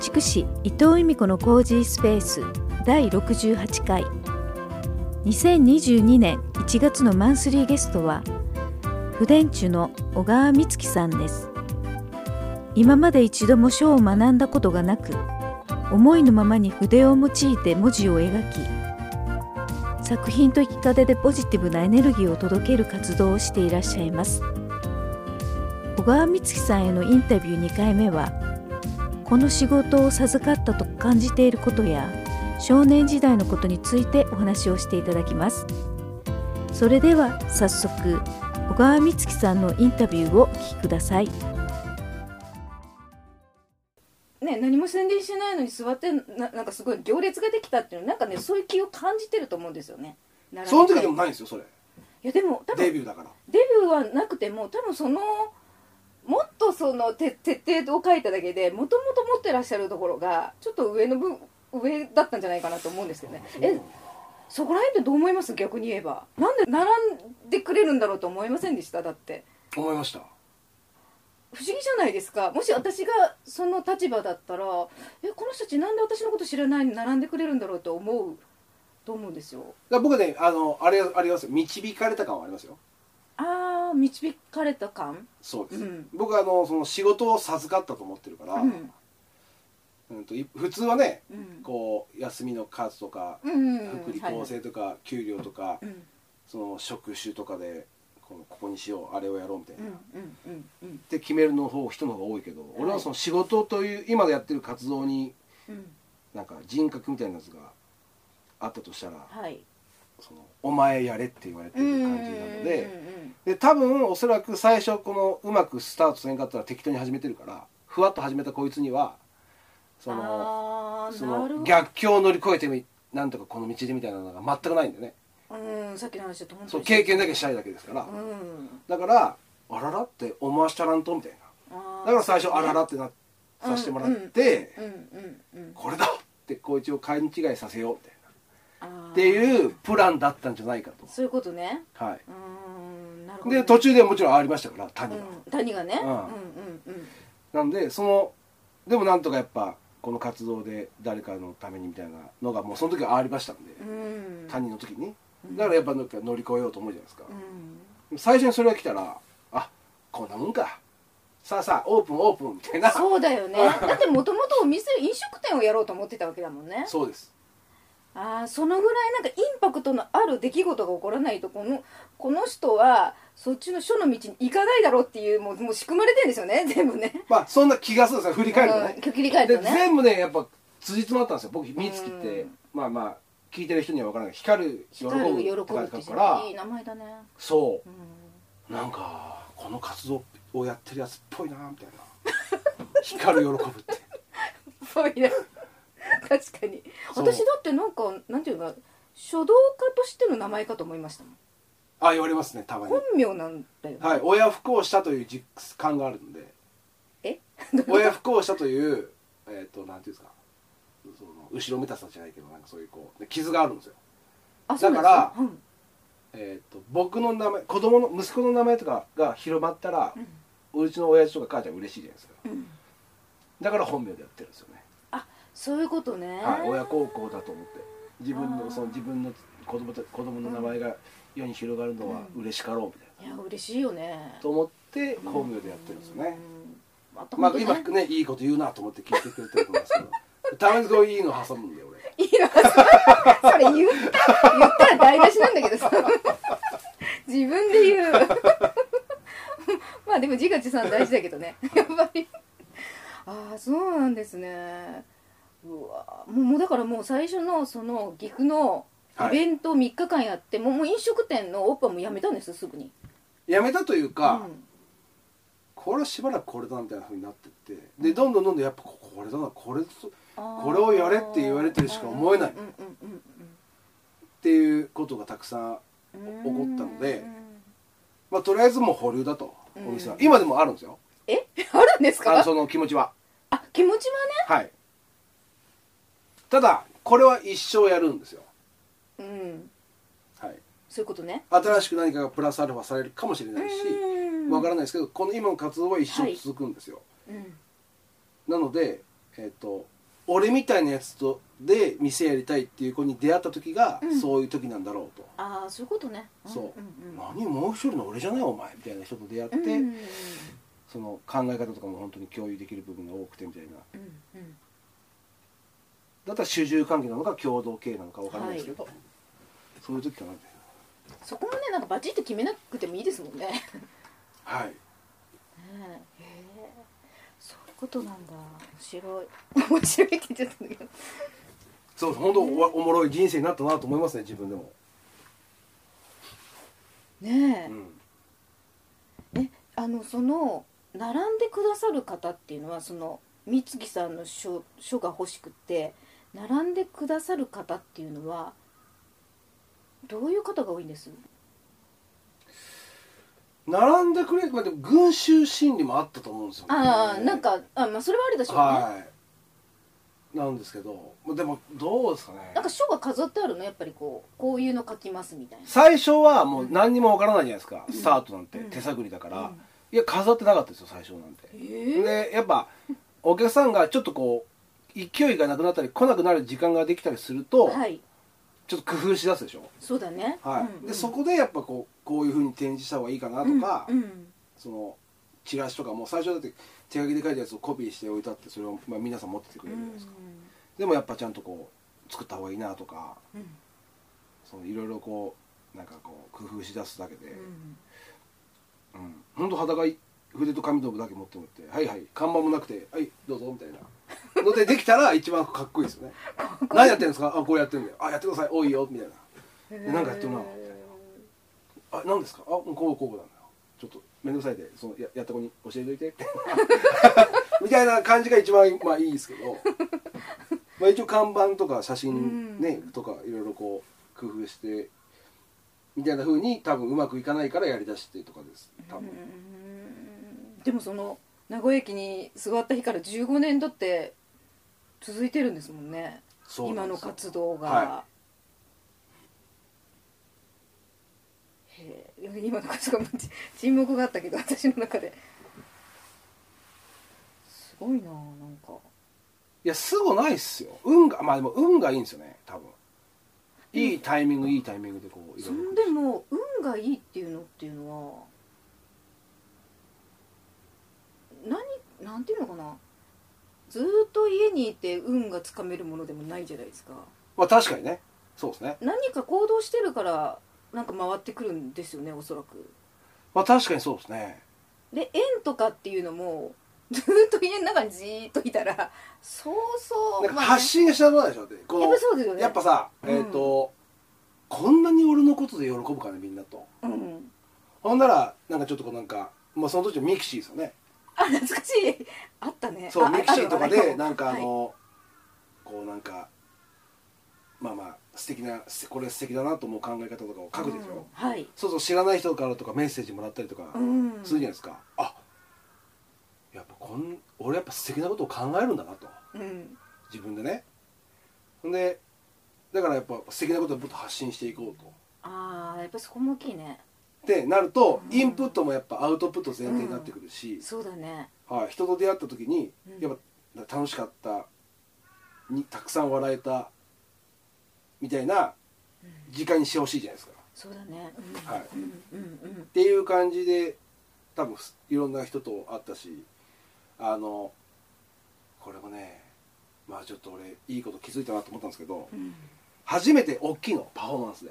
築市伊藤由美子のコージースペース第68回2022年1月のマンスリーゲストは不伝中の小川美月さんです今まで一度も書を学んだことがなく思いのままに筆を用いて文字を描き作品と生き方でポジティブなエネルギーを届ける活動をしていらっしゃいます小川光希さんへのインタビュー2回目はこの仕事を授かったと感じていることや少年時代のことについてお話をしていただきますそれでは早速小川光希さんのインタビューをお聞きくださいね、何も宣伝してないのに座ってななんかすごい行列ができたっていうのなんかねそういう気を感じてると思うんですよね並んでその時でもないんですよそれいやでも多分デデビビューだからューはなくても多分そのもっとそのて徹底を書いただけでもともと持ってらっしゃるところがちょっと上の分上だったんじゃないかなと思うんですけどねえそこら辺ってどう思います逆に言えばなんで並んでくれるんだろうと思いませんでしただって思いました不思議じゃないですかもし私がその立場だったらえこの人たちなんで私のこと知らないのに並んでくれるんだろうと思うと思うんですよだから僕ねあのあれありますよ導かれた感はありますよああ導かれた感そうでうす、ん僕あのその仕事を授かったと思ってるから、ううんんとい普通はねうんこう休みの数とかうんう福ん利はい厚生とか給料とか、うんその職種とかでこのここにしようあれをやろうみたいな、うんっうんうんうんて決めるの方人の方が多いけど、い俺はその仕事という今やってる活動にうんなんか人格みたいなやつがあったとしたら、はいそのお前やれって言われてる感じなので。うんで多分おそらく最初このうまくスタートせんかったら適当に始めてるからふわっと始めたこいつにはそのああそなるのほ逆境を乗り越えてみなんとかこの道でみたいなのが全くないんだよねどうんさっきの話だと本当そうに経験だけしたいだけですからうんだからあららって思わしちゃらんとみたいなあーだから最初あららってなさせてもらってうんうんうんこれだってこいつを勘違いさせようみたいあーなっていうプランだったんじゃないかとそういうことねはうーんなるほいどねで途中でもちろんありましたから谷はうん谷がねううんんうんうんなんでそのでもなんとかやっぱこの活動で誰かのためにみたいなのがもうその時はありましたんで、うん他人の時にだからやっぱなんか乗り越えようと思うじゃないですか、うん最初にそれが来たらあこんなもんかさあさあオープンオープンみたいなそうそうだよねだってもともとお店飲食店をやろうと思ってたわけだもんねですああそのぐらいなんかインパクトのある出来事が起こらないとこのこの人はそっちの書の道に行かないだろうっていうもうもう仕組まれてるんですよね 全部ねまあそんな気がするんですよ振り返るとうねん、切り替えでるとね全部ねやっぱ辻褄あったんですよ僕美月ってうんまあまあ聞いてる人には分からない光る喜ぶ光る喜ぶっって書いてあてるからいい名前だねそううんなんかこの活動をやってるやつっぽいなみたいな 光る喜ぶってそういや確かにそう私だってなんかなんていうか書道家としての名前かと思いましたもんあ言われますねたまに本名なんだよ、ねはい親不幸したという実感があるんでえ親不幸したというえっ、となんていうんですかその後ろめたさじゃないけどなんかそういうこうで傷があるんですよあそうなんですだかうんえっ、と僕の名前子供の息子の名前とかが広まったらう、うちの親父とか母ちゃん嬉しいじゃないですかんうんだから本名でやってるんですよね、そういうことね、はい、親孝行だと思って自分あーのその自分の子供と子供の名前が世に広がるのは嬉しかろうみたいな、いや嬉しいよねと思って本名でやってるんですよね、うんまたまあ本当ね今ねいいこと言うなと思って聞いてくれてると思うんです けどたまにこういいの挟むんで俺いいわそれそれ言った言ったら台無しなんだけどさ 自分で言う まあでも自画自賛大事だけどねやっぱりああそうなんですねうわもうもうだからもう最初のその岐阜のイベントを3日間やって、もうもう飲食店のオープンもやめたんですすぐにやめたというか、うんこれはしばらくこれだみたいなふうになってってでどんどんどんどんやっぱここれだなこれとっここれをやれって言われてるしか思えないていうことがたくさん、怒ったのでまあ、とりあえずもう保留だとうんお店は今でもあるんですよえ あるんですあのかその気持ちはあ気持ちはいただこれは一生やるんですよ、はねうんはい、そういうことね新しく何かがプラスアルファされるかもしれないしわからないですけどこの今の活動は一生続くんですよ、うんなので、えっと俺みたいなやつとで店やりたいっていう子に出会った時が、うんそういう時なんだろうと、ああそういうことねそうんんん何もう一人の俺じゃないお前みたいな人と出会って、うんうんその考え方とかも本当に共有できる部分が多くてみたいなうんうんだったら主従関係なのか共同経営なのかわかんないですけど、そういう時かなってそこもねなんかバチッと決めなくてもいいですもん ねねえはいへえそういうことなんだ面白い面白いって言っちゃったんだけどそう本当おおもろい人生になったなと思いますね自分でも、ねえ、うん、あのその並んでくださる方っていうのはその三月さんの書書が欲しくて並んでくださる方っていうのはどういう方が多いんです並んでくれ、まあ、でも群衆心理もあったと思うんですよねああなんかあ、まあ、それはあるでしょうね、はいなんですけどまあでもどうですかねなんか書が飾ってあるのやっぱりこうこういうの書きますみたいな最初はもう何にもわからないじゃないですか、スタートなんてうん手探りだから、うんいや飾ってなかったですよ最初なんて、えでやっぱお客さんがちょっとこう勢いがなくなったり来なくなる時間ができたりすると、はいちょっと工夫しだすでしょ、そうだねはいうんうんでそこでやっぱこうこういうふうに展示した方がいいかなとか、うんうんそのチラシとかも最初だって手書きで書いたやつをコピーして置いたってそれを、まあ、皆さん持っててくれるじゃないですか、でもやっぱちゃんとこう作った方がいいなとかうんそのいろいろこうなんかこう工夫しだすだけで、うんうんうん、ほんと裸い筆と紙の部だけ持ってもらって「はいはい看板もなくてはいどうぞ」みたいなのでできたら一番 かっこいいですよね「何やってるんですかあこうやってるんだよあやってくださいおいよ」みたいなでなんかやってるなみたいな「あ何ですかあこうこうこうなんだよちょっと面倒くさいでそのややった子に教えと いて」みたいな感じが一番、まあ、いいですけ どまあ一応看板とか写真ね、うんとかいろいろこう工夫してみたいな風に多分うまくいかないからやりだしてとかです多分。うんでもその名古屋駅に座った日から15年だって続いてるんですもんねそう今なんでのすよ活動が、はへえ今の活動が沈黙があったけど私の中ですごいなあなんかいやすごないっすよ運がまあでも運がいいんですよね多分いいタイミングいいタイミングでこういそろいろんでも運がいいっていうのっていうのは何なんていうのかなずーっと家にいて運がつかめるものでもないじゃないですかまあ確かにねそうですね何か行動してるからなんか回ってくるんですよねおそらくまあ確かにそうですねで縁とかっていうのもずーっと家の中にじーっといたらそうそうなんかまあね発信がしなくなるでしょってこやっぱそうですよのねやっぱさうんえっとこんなに俺のことで喜ぶかねみんなとうんほんならなんかちょっとこうなんかまあその時はミクシーですよねあ懐かしいあったねそうあミクシーとかあるでわなんかあはいのこうなんかまあまあ素敵なこれ素敵だなと思う考え方とかを書くでしうんょはいそうそう知らない人からとかメッセージもらったりとかうんするじゃないですか、あやっぱこん俺やっぱ素敵なことを考えるんだなとうん自分でねほんでだからやっぱ素敵なことをもっと発信していこうとああやっぱそこも大きいねってなると、うんインプットもやっぱアウトプット前提になってくるし、そうだねはい、人と出会った時にうんやっぱ楽しかったにたくさん笑えたみたいな時間にしてほしいじゃないですか。そうだねはいうんうんうんっていう感じで多分いろんな人と会ったしあのこれもねまあちょっと俺いいこと気づいたなと思ったんですけどうん初めて大きいのパフォーマンスで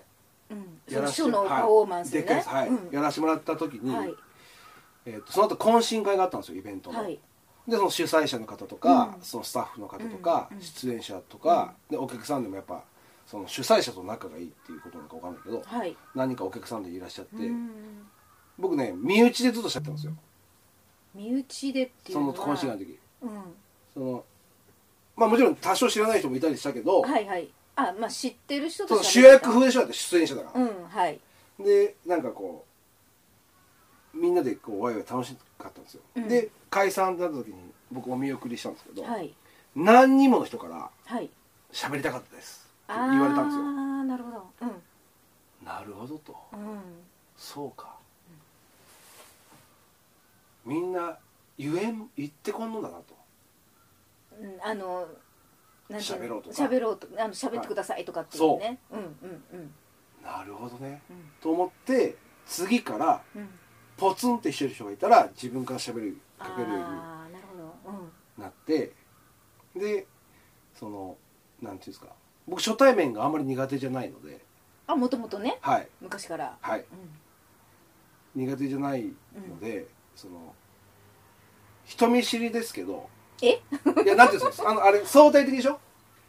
うんそやのら秘せ書てのパフォーマンスはい、ねでっかいですはい、うんやらせてもらった時に、はいえーとその後懇親会があったんですよイベントの、はいでその主催者の方とか、うんそのスタッフの方とか、うんうん出演者とか、でお客さんでもやっぱその主催者と仲がいいっていうことなのかわかんないけど、はい何人かお客さんでいらっしゃって、うん僕ね身内でずっとしちゃったんですよ身内でっていうそののは懇親会の時うんそのまあもちろん多少知らない人もいたりしたけど、はいはいあまあ知ってる人とその主役風風でしょだって出演者だかうら、んはいでなんかこうみんなでこうワイワイ楽しかったんですよ、うんで解散になった時に僕お見送りしたんですけど、はい何人もの人からはい「喋りたかったです」ってあ言われたんですよああなるほどうんなるほどとうんそうか、みんな言えん言ってこんのだなとうんあのなんてい喋ろうとか喋ろうとあの喋ってくださいとかっていうね、うんうんうんなるほどねうんと思って次からうんポツンってしてる人がいたら自分から喋るかけるようにああなるほどうんなってでそのなんていうんですか僕初対面があんまり苦手じゃないのであもともとねはい昔からはいうん苦手じゃないので、その人見知りですけどえいやなんていうんですかあのあれ相対的でしょ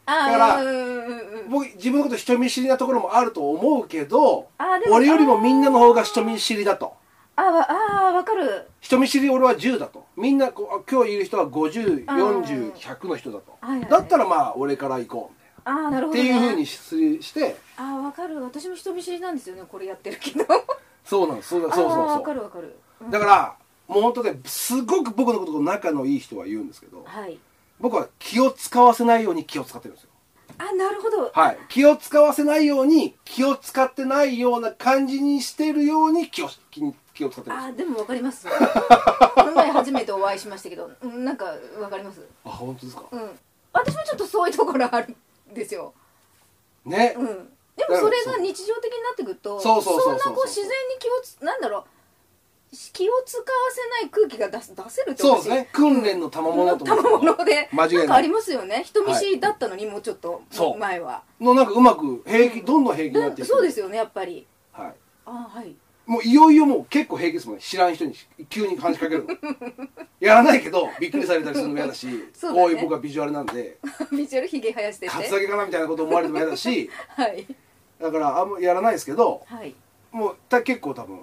だからああうんうんうんうん僕自分のこと人見知りなところもあると思うけどあーでも俺よりもみんなの方が人見知りだとあーわあーわかる人見知り俺は10だとみんなこうあ今日いる人はあー5040100の人だとはいはいはいだったらまあ俺から行こうみたいなああなるっほてど、ね、いうふうにししてああわかる私も人見知りなんですよねこれやってるけど そうなんですそうだそうああそわうかそうるわかる、うんだからもう本当ねすごく僕のこと仲のいい人は言うんですけどはい僕は気を使わせないように気を使ってるんですよあなるほどはい気を使わせないように気を使ってないような感じにしてるように気を気に気を使ってるんですあよでもわかります この前初めてお会いしましたけどうんなんかわかりますあ本当ですかうん私もちょっとそういうところあるんですよねうんでもそれが日常的になってくるとそうそうそうそうそんなこう自然に気をつなんだろう気を使わせない空気が出す出せるってそうですね訓練の賜物だと思うんですけど賜物で間違いないんかありますよね人見知りだったのにもうちょっとそう前は、のなんかうまく平気どんどん平気になってでいくそうですよねやっぱりはいあはい もういよいよもう結構平気ですもんね知らん人に急に話しかけ るのやらないけどびっくりされたりするのも嫌だしそうだねこういう僕はビジュアルなんでミチェルひげ生やしててカツアゲかなみたいなこと思われても嫌だしはいだからあんまやらないですけどはいもうた結構多分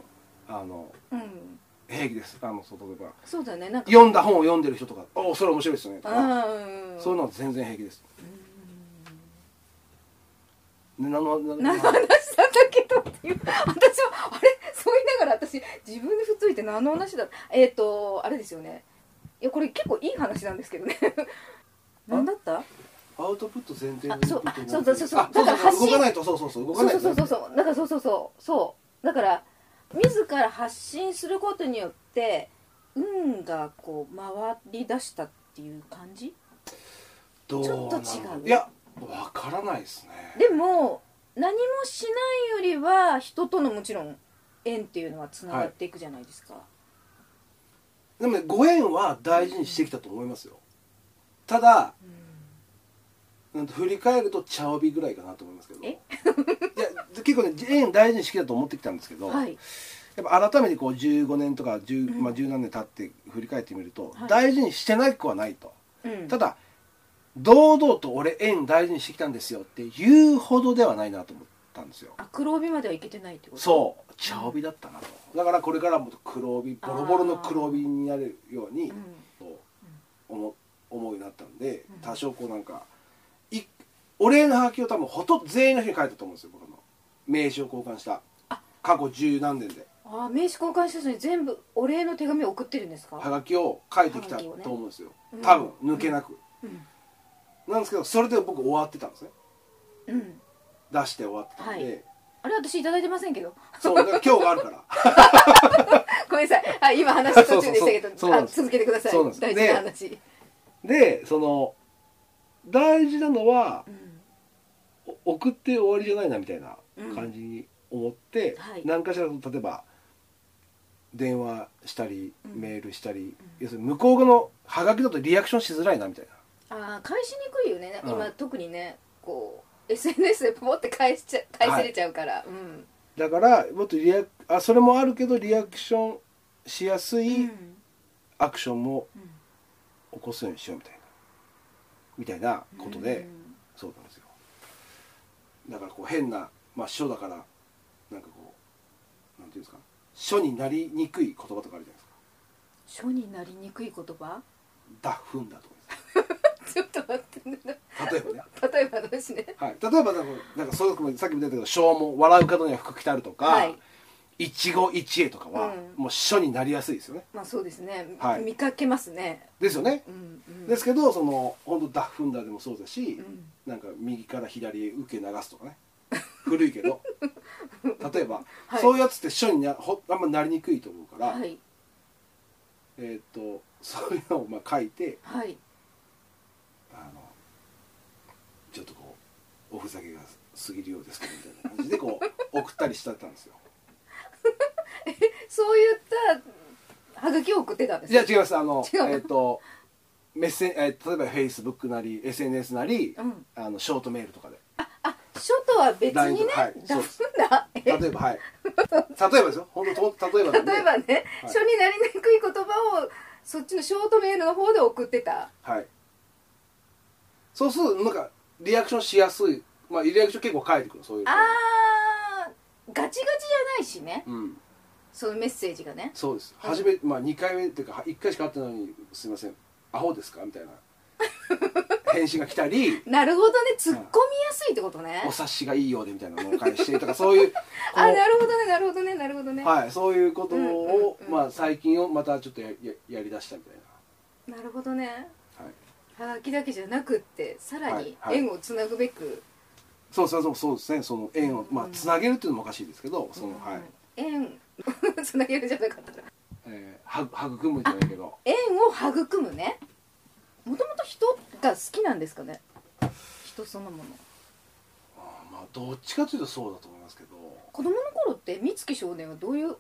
あのうん平気ですあのそう例えばそうだよねなんか読んだ本を読んでる人とか「おおそれ面白いですね」とかうんそういうのは全然平気です。ね、何の何の何の話だったっけとっていう私はあれそう言いながら私自分でふっついて何の話だえっ、とあれですよねいやこれ結構いい話なんですけど ね何だったアウトプット前提であそうインプットあそうそうそうそうあそうだから発そう信動かないとそうそうそう動かそなういそとうそうそうそうだからそうそうそうそうだから自ら発信することによって運がこう回り出したっていう感じどうなんちょっと違ういやわからないですねでも何もしないよりは人とのもちろん縁っていうのはつながっていくじゃないですか、でもねご縁は大事にしてきたと思いますよただなんと振り返ると茶帯ぐらいかなと思いますけどえいや結構ね縁大事にしてきたと思ってきたんですけど、はいやっぱ改めてこう15年とか10、まあ、10何年経って振り返ってみると、はい大事にしてない子はないと、うんただ堂々と俺縁大事にしてきたんですよって言うほどではないなと思ったんですよあ黒帯まではいけてないってことそう茶帯だったなと、だからこれからも黒帯ボロボロの黒帯になれるようにうんこう思思うようになったんで多少こうなんかいお礼のハガキを多分ほとんど全員の人に書いたと思うんですよ僕の名刺を交換した過去十何年でああ名刺交換した人に全部お礼の手紙を送ってるんですか、ハガキを書いてきハガたとキをね思うんですよ、うん多分抜けなく、うんなんですけどそれで僕終わってたんですねうん出して終わってたんで、はいあれ私いただいてませんけど そうだから今日があるからごめんなさい あ今話途中でしたけどそうそうそうそうなんあです続けてくださいそうなんです大事な話、でその大事なのはうんお送って終わりじゃないなみたいな感じに思って、うんはい何かしらの例えば電話したりうんメールしたり、要するに向こう側のハガキだとリアクションしづらいなみたいなああ返しにくいよねうん今、特にねこう SNS でポポって返しちゃ返せれちゃうから、うんだからもっとリアクあそれもあるけどリアクションしやすういんアクションもうん起こすようにしようみたいなみたいなことで、うんそうなんですよだからこう変な、まあ、書だからなんかこうなんていうんですか書になりにくい言葉とかあるじゃないですか書になりにくい言葉「だふんだ」とかですちょっと待ってね例えばね、 例えば私ねはい、例えばなんかなんかそれこそさっきも出たけど「書も笑う角には服着たる」とはかい「一期一会」とかは、うんもう書になりやすいですよねまあそうですね、はい見かけますねですよね、うんうんですけどその本当ダッフンダでもそうだし、んなんか右から左へ受け流すとかね 古いけど例えば、はいそういうやつって書になほあんまなりにくいと思うから、はいえーっとそういうのをまあ書いてはいあのちょっとこうおふざけが過ぎるようですけどみたいな感じでこ う送ったりしたったんですよそういったはがきを送ってたんですいやう違いますあの違うのえっ、とメッセえー例えばフェイスブックなり SNS なり、うんあのショートメールとかで書とは別にね、はい出そうですんだえ例えばはい例えばですよ本当と例えばなんで 例えばね、はい書になりにくい言葉をそっちのショートメールの方で送ってたはいそうするとなんかリアクションしやすいまあリアクション結構返ってくるそういうあーガチガチじゃないしねうんそのメッセージがねそうですうん初め、まあ、2回目っていうかは1回しか会ってないのに「すいませんアホですか?」みたい な返信が来たりなるほどね突っ込みやすいってことね「お察しがいいようで」みたいなのを返してとかそ ういうこうあなるほどねなるほどねなるほどね、はい、そういうことを、うんうんうんまあ、最近をまたちょっとやややりだしたみたいなるほどねな、はい、はがきだけじゃなくってさらにはいはい縁をつなぐべく、そうそうそうそうですねその縁を、まあう、んつなげるっていうのもおかしいですけどその、はい縁 つなげるじゃなかったからえー、ははぐくむじゃないけど縁を育むねもともと人が好きなんですかね人そのものまあどっちかというとそうだと思いますけど子供の頃って美月少年はどういう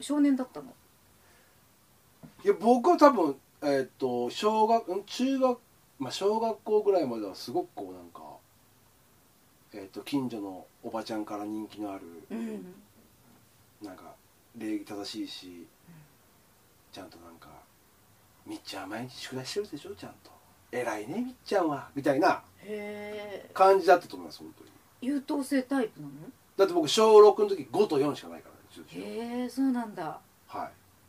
少年だったのいや僕は多分えーっと小学ん中学まあ小学校ぐらいまではすごくこうなんかえーっと近所のおばちゃんから人気のある、うんなんか礼儀正しいしちゃんとなんか「みっちゃんは毎日宿題してるでしょちゃんと偉いねみっちゃんは」みたいなへえ感じだったと思います本当に優等生タイプなのだって僕小6の時5と4しかないからね中学へえそうなんだは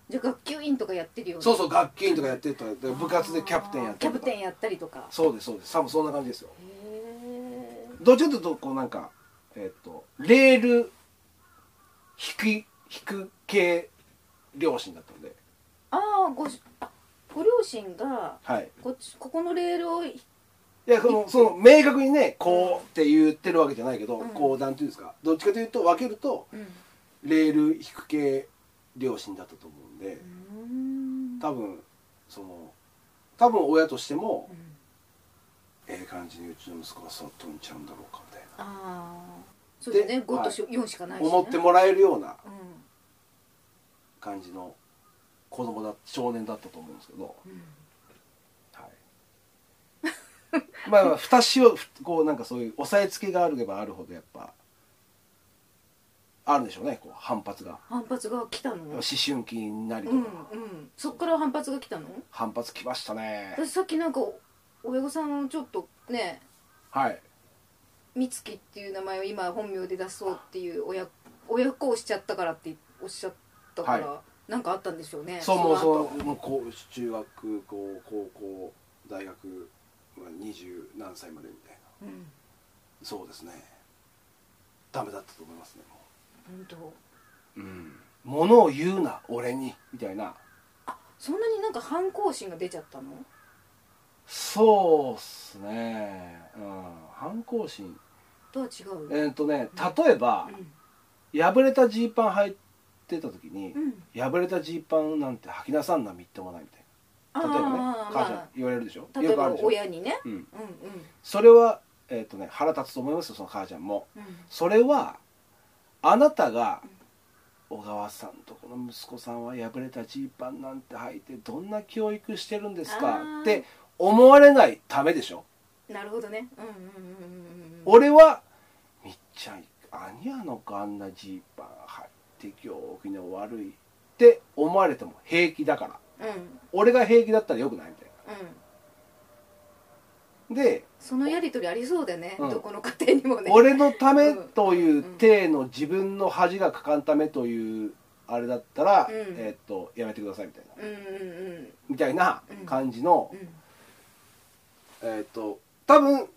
いじゃあ学級委員とかやってるよねそうそう学級委員とかやってたで部活でキャプテンやってあーキャプテンやったりとかそうですそうです多分そんな感じですよへえどっちかというとこうなんかえっとレール引く引く系両親だったんでああごしあご両親がはいこっちここのレールをひいやそのその明確にねこうって言ってるわけじゃないけど、うんこうなんていうんですかどっちかというと分けるとうんレール引く系両親だったと思うんでうん多分その多分親としてもう、んええ感じにうちの息子が育っとんちゃうんだろうかみたいああそうだねで5と4しかないな、しね思ってもらえるようなうん感じの子供だ少年だったと思うんですけど、うんはいまあまあ蓋しをふこうなんかそういう押さえつけがあればあるほどやっぱあるんでしょうねこう反発が。反発が来たの思春期になりとうか、んうんそっから反発が来たの反発きましたね私さっきなんか親御さんをちょっとねはい美月っていう名前を今本名で出そうっていう親親子をしちゃったからっておっしゃったから、はなんかあったんでしょうねそうもうの後そうもうこう中学高高校大学まあ二十何歳までみたいなうんそうですねダメだったと思いますねも本当ううん物を言うな俺にみたいなそんなになんか反抗心が出ちゃったのそうっすねうん反抗心とは違うえっ、とね例えばう破れたジーパン履いてた時に、ん、うん、破れたジーパンなんて履きなさんなみっともないみたいなあ例えばね母ちゃんあ言われるでしょ例えよくあばるでしょ、親にねうん、うんうんそれは、えっとね、腹立つと思いますよその母ちゃんもうんそれはあなたが小川さんとこの息子さんは破れたジーパンなんて履いてどんな教育してるんですかあーって思われないためでしょ、なるほどねうんうんうんうんうん俺はみっちゃん兄やのかあんなジーパン履いて行儀の悪いって思われても平気だからうんうん俺が平気だったらよくないみたいなでそのやりとりありそうでね、うんどこの家庭にもね俺のためという体の自分の恥がかかんためというあれだったら、うんえーっとやめてくださいみたいなうんうんみたいな感じの、うんうんえーっと多分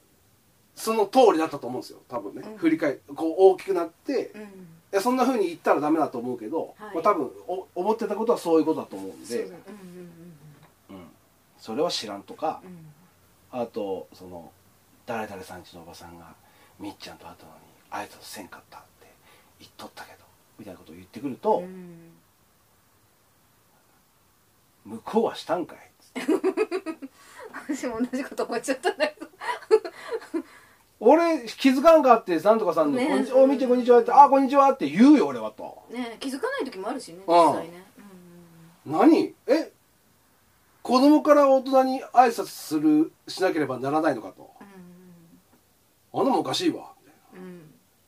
その通りだったと思うんですよ多分ね、うん振り返こう大きくなって、いうんやそんな風に言ったらダメだと思うけど、はいまあ、多分お思ってたことはそういうことだと思うんそうでだねうんうんうんそれは知らんとかうんう、んあとその誰々さんちのおばさんがみっちゃんと会ったのに挨拶せんかったって言っとったけどみたいなことを言ってくると、うん向こうはしたんかいっつって私も同じこと思っちゃったんだけど俺気づかんかってなんとかさんの「ねこんにちはお見てこんにちは」って「あこんにちは」って言うよ俺はとね気づかない時もあるしねああ実際ね何え子供から大人に挨拶するしなければならないのかとうんあんなもんおかしいわうんうんうん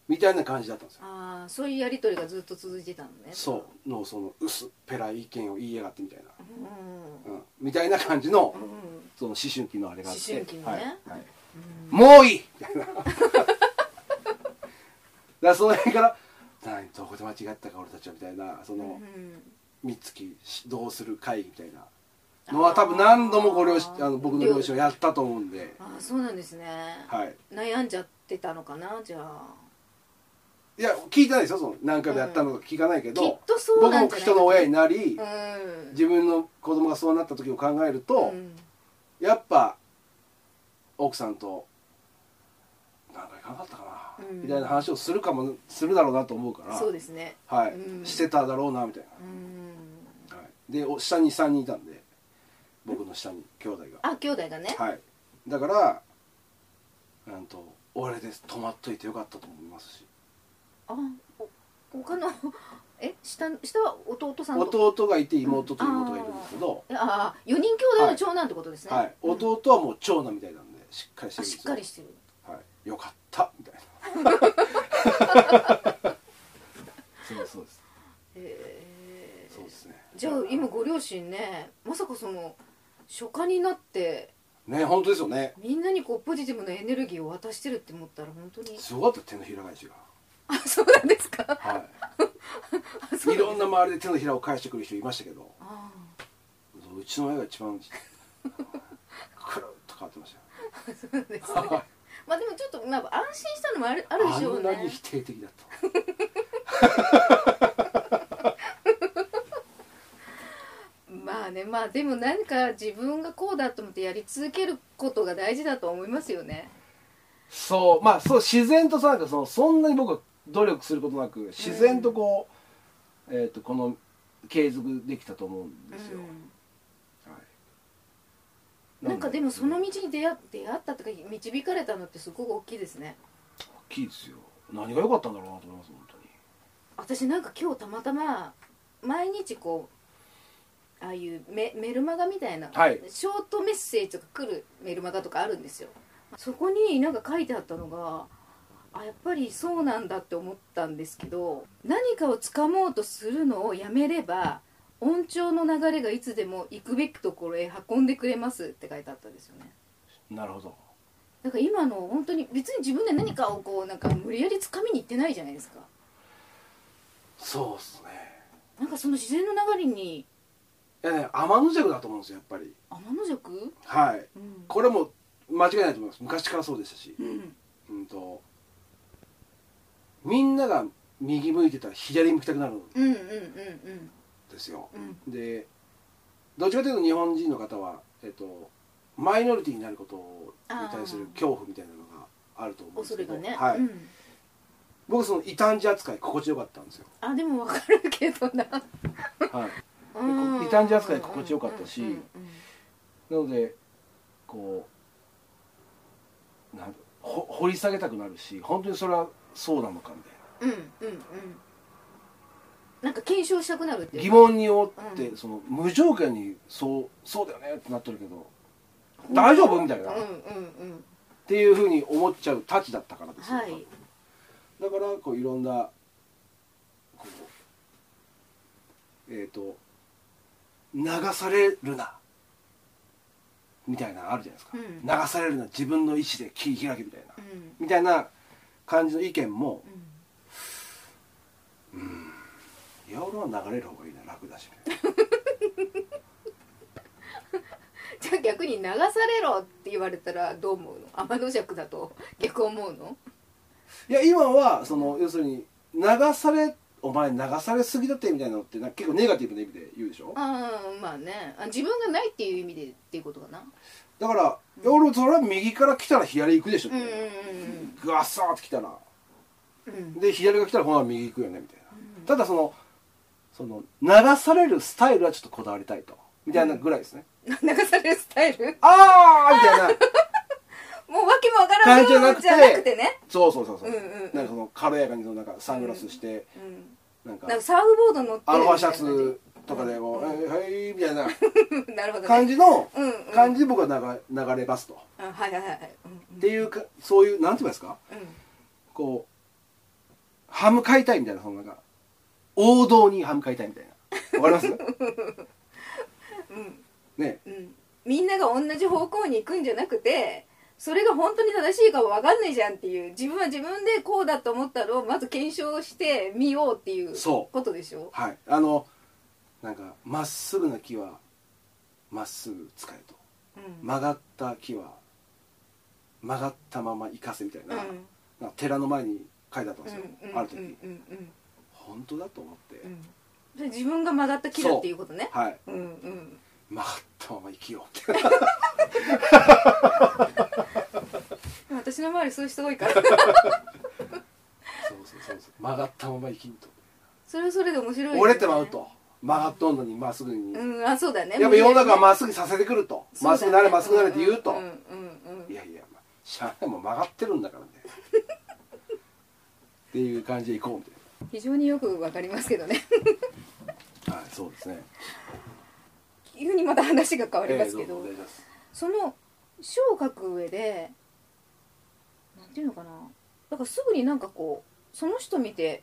みたいな感じだったんですよああそういうやり取りがずっと続いてたのねそうのその薄っぺらい意見を言いやがってみたいな、うんうんうん、みたいな感じのうんその思春期のあれがあって思春期のねはいはいもういいみたいなだからその辺から何どこで間違ったか俺たちはみたいなそのうん三月どうする会議みたいなのは多分何度もご両親あの僕の両親はやったと思うんで、ああそうなんですねはい、悩んじゃってたのかなじゃあいや聞いてないですよその何回もやったのか聞かないけど、きっとそうなん僕じゃないも人の親になり、うん自分の子供がそうなった時を考えるうと、んやっぱ奥さんと何かいかなかったかな、うんみたいな話をするかもするだろうなと思うからそうですねはいうんしてただろうなみたいうんな、はい、でお下に3人いたんで僕の下に兄弟あ兄弟がねがはいだからなんと俺です泊まっといてよかったと思いますしあお他の え下下は弟さんと弟がいて妹と妹がいるんですけど、えああ四人兄弟の長男ってことですね、はい、うん弟はもう長男みたいなんでしっかりしてあるんですしよっかりしてるはい、よかったみたいなそうそうですへえそうですねじゃあ今ご両親ねまさかその初夏になってね本当ですよねみんなにこうポジティブなエネルギーを渡してるって思ったら本当にすごかった手のひら返しがあそうなんですか は あそういいろんな周りで手のひらを返してくる人いましたけどああうちの親が一番くるっと変わってましそうなんですたねよはいまあでもちょっと、まあ、安心したのもあるあるでしょあうんねなに否定的だとまあねまあでも何か自分がこうだと思ってやり続けることが大事だと思いますよねそうまあそう自然とさなんかそのそんなに僕は努力することなく自然とこう、えっ、とこの継続できたと思うんですよ、うんはい、なんかでもその道に出会出会ったとか導かれたのってすごく大きいですね大きいですよ何が良かったんだろうなと思います本私なんか今日たまたま毎日こうああいうメメルマガみたいな、はいショートメッセージとか来るメルマガとかあるんですよそこになんか書いてあったのがあやっぱりそうなんだって思ったんですけど何かをつかもうとするのをやめれば音調の流れがいつでも行くべきところへ運んでくれますって書いてあったんですよね当になるほどだから今の本当に別に自分で何かをこうなんか無理やり掴みに行ってないじゃないですかそうっすねなんかその自然の流れにいやね天の弱だと思うんですよやっぱり天の尺はいうんこれも間違いないと思います昔からそうでしたしうんうんとみんなが右向いてたら左向きたくなるんうんうんうんですようんでどっちかというと日本人の方はえっとマイノリティになることに対する恐怖みたいなのがあると思うんです恐けれどがね、はいうん僕その異端児扱い心地よかったんですよあでもわかるけどなはいうん異端児扱い心地よかったしうんうんうんなのでこうなんほ掘り下げたくなるし本当にそれはそうなのかみたいうんうんうんなんか検証したくなるってないう疑問に思って、うその無条件にそうそうだよねってなってるけど大丈夫みたいな、うんっうんうんていうふうに思っちゃうたちだったからですよ、はいだからこういろんなこうえっ、と流されるなみたいなのあるじゃないですうか、ん流されるな自分の意思で切り開けみたいなう、んみたいな感じの意見もいや俺は流れる方がいいな楽だしみたいじゃあ逆に流されろって言われたらどう思うの天の尺だと逆思うのないや今はその要するに流されお前流されすぎだってみたいなのってなんか結構ネガティブな意味で言うでしょああまあねあ自分がないっていう意味でっていうことかなだからいや俺もそれは右から来たら左行くでしょっうんうんてガッサーって来たらうんうんで左が来たらほら右行くよねみたいなうんただそのその流されるスタイルはちょっとこだわりたいとみたいなぐらいですね流されるスタイル ああみたいなもうわけもわからん感じじゃなくてじゃなくてねそうそうそうそう、うんうんうんなんかその軽やかにそのなんかサングラスして、うんなんかなんかサーフボード乗ってアるロみハたいなシャツとかでこう「はいはい」みたいなうんなるほどね感じのうんうん感じで僕は流れ流れますと。あはいはいはいはいっていうかそういうなんて言うんですかうんうんこう歯向かいたいみたいなそのなんか王道に歯向かいたいみたいなわかります ねうんみんなが同じ方向に行くんじゃなくてそれが本当に正しいかわかんないじゃんっていう自分は自分でこうだと思ったのをまず検証してみようっていうそうことでしょはいあのなんかまっすぐな木はまっすぐ使えとうん曲がった木は曲がったまま生かせみたいな,、うんなんか寺の前に書いてあったんですよ、うんうんある時、うんうん本当だと思って、うんそれ自分が曲がった木だっていうことねはいうんうん曲がったまま生きようってでも私の周りそういう人多いからそうそうそうそう曲がったまま生きんとそれはそれで面白いよね折れてまうと曲がっとんのにまっすぐに、うんあそうだねやっぱ世の中はまっっすぐにさせてくるとま、っすぐなれまっすぐなれって言うと、うんうんうんいやいやまあしゃあないもん曲がってるんだから ねっていう感じでいこうみたい非常によくわかりますけど ねなはいそうですね急にまた話が変わありますけど、お願いしますその書を書く上でなんていうのかなだからすぐになんかこうその人見て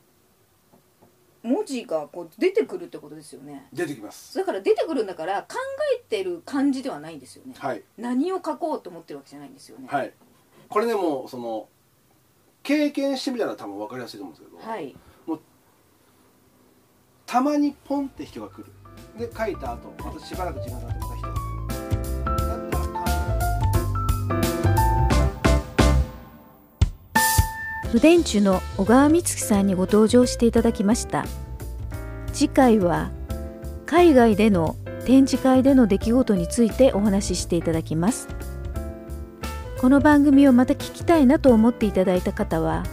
文字がこう出てくるってことですよね出てきますだから出てくるんだから考えてる感じではないんですよねはい何を書こうと思ってるわけじゃないんですよねはいこれねもうその経験してみたら多分分かりやすいと思うんですけど、はいたまにポンって人が来るで書いた後またしばらく時間経ってまた人が来るなんだかんだ不伝中の小川光希さんにご登場していただきました次回は海外での展示会での出来事についてお話ししていただきますこの番組をまた聞きたいなと思っていただいた方は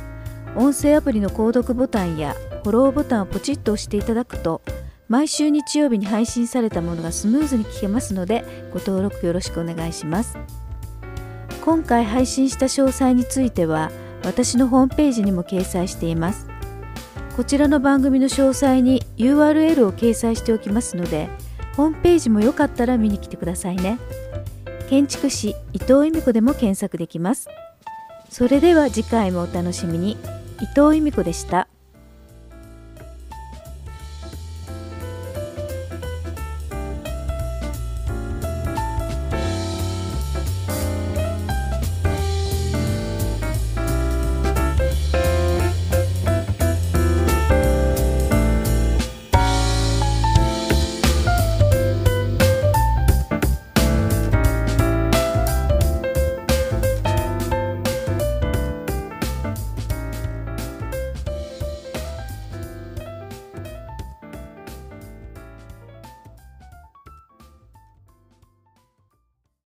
音声アプリの購読ボタンやフォローボタンをポチッと押していただくと毎週日曜日に配信されたものがスムーズに聞けますのでご登録よろしくお願いします今回配信した詳細については私のホームページにも掲載していますこちらの番組の詳細に URL を掲載しておきますのでホームページもよかったら見に来てくださいね建築士伊藤由美子でも検索できますそれでは次回もお楽しみに伊藤由美子でした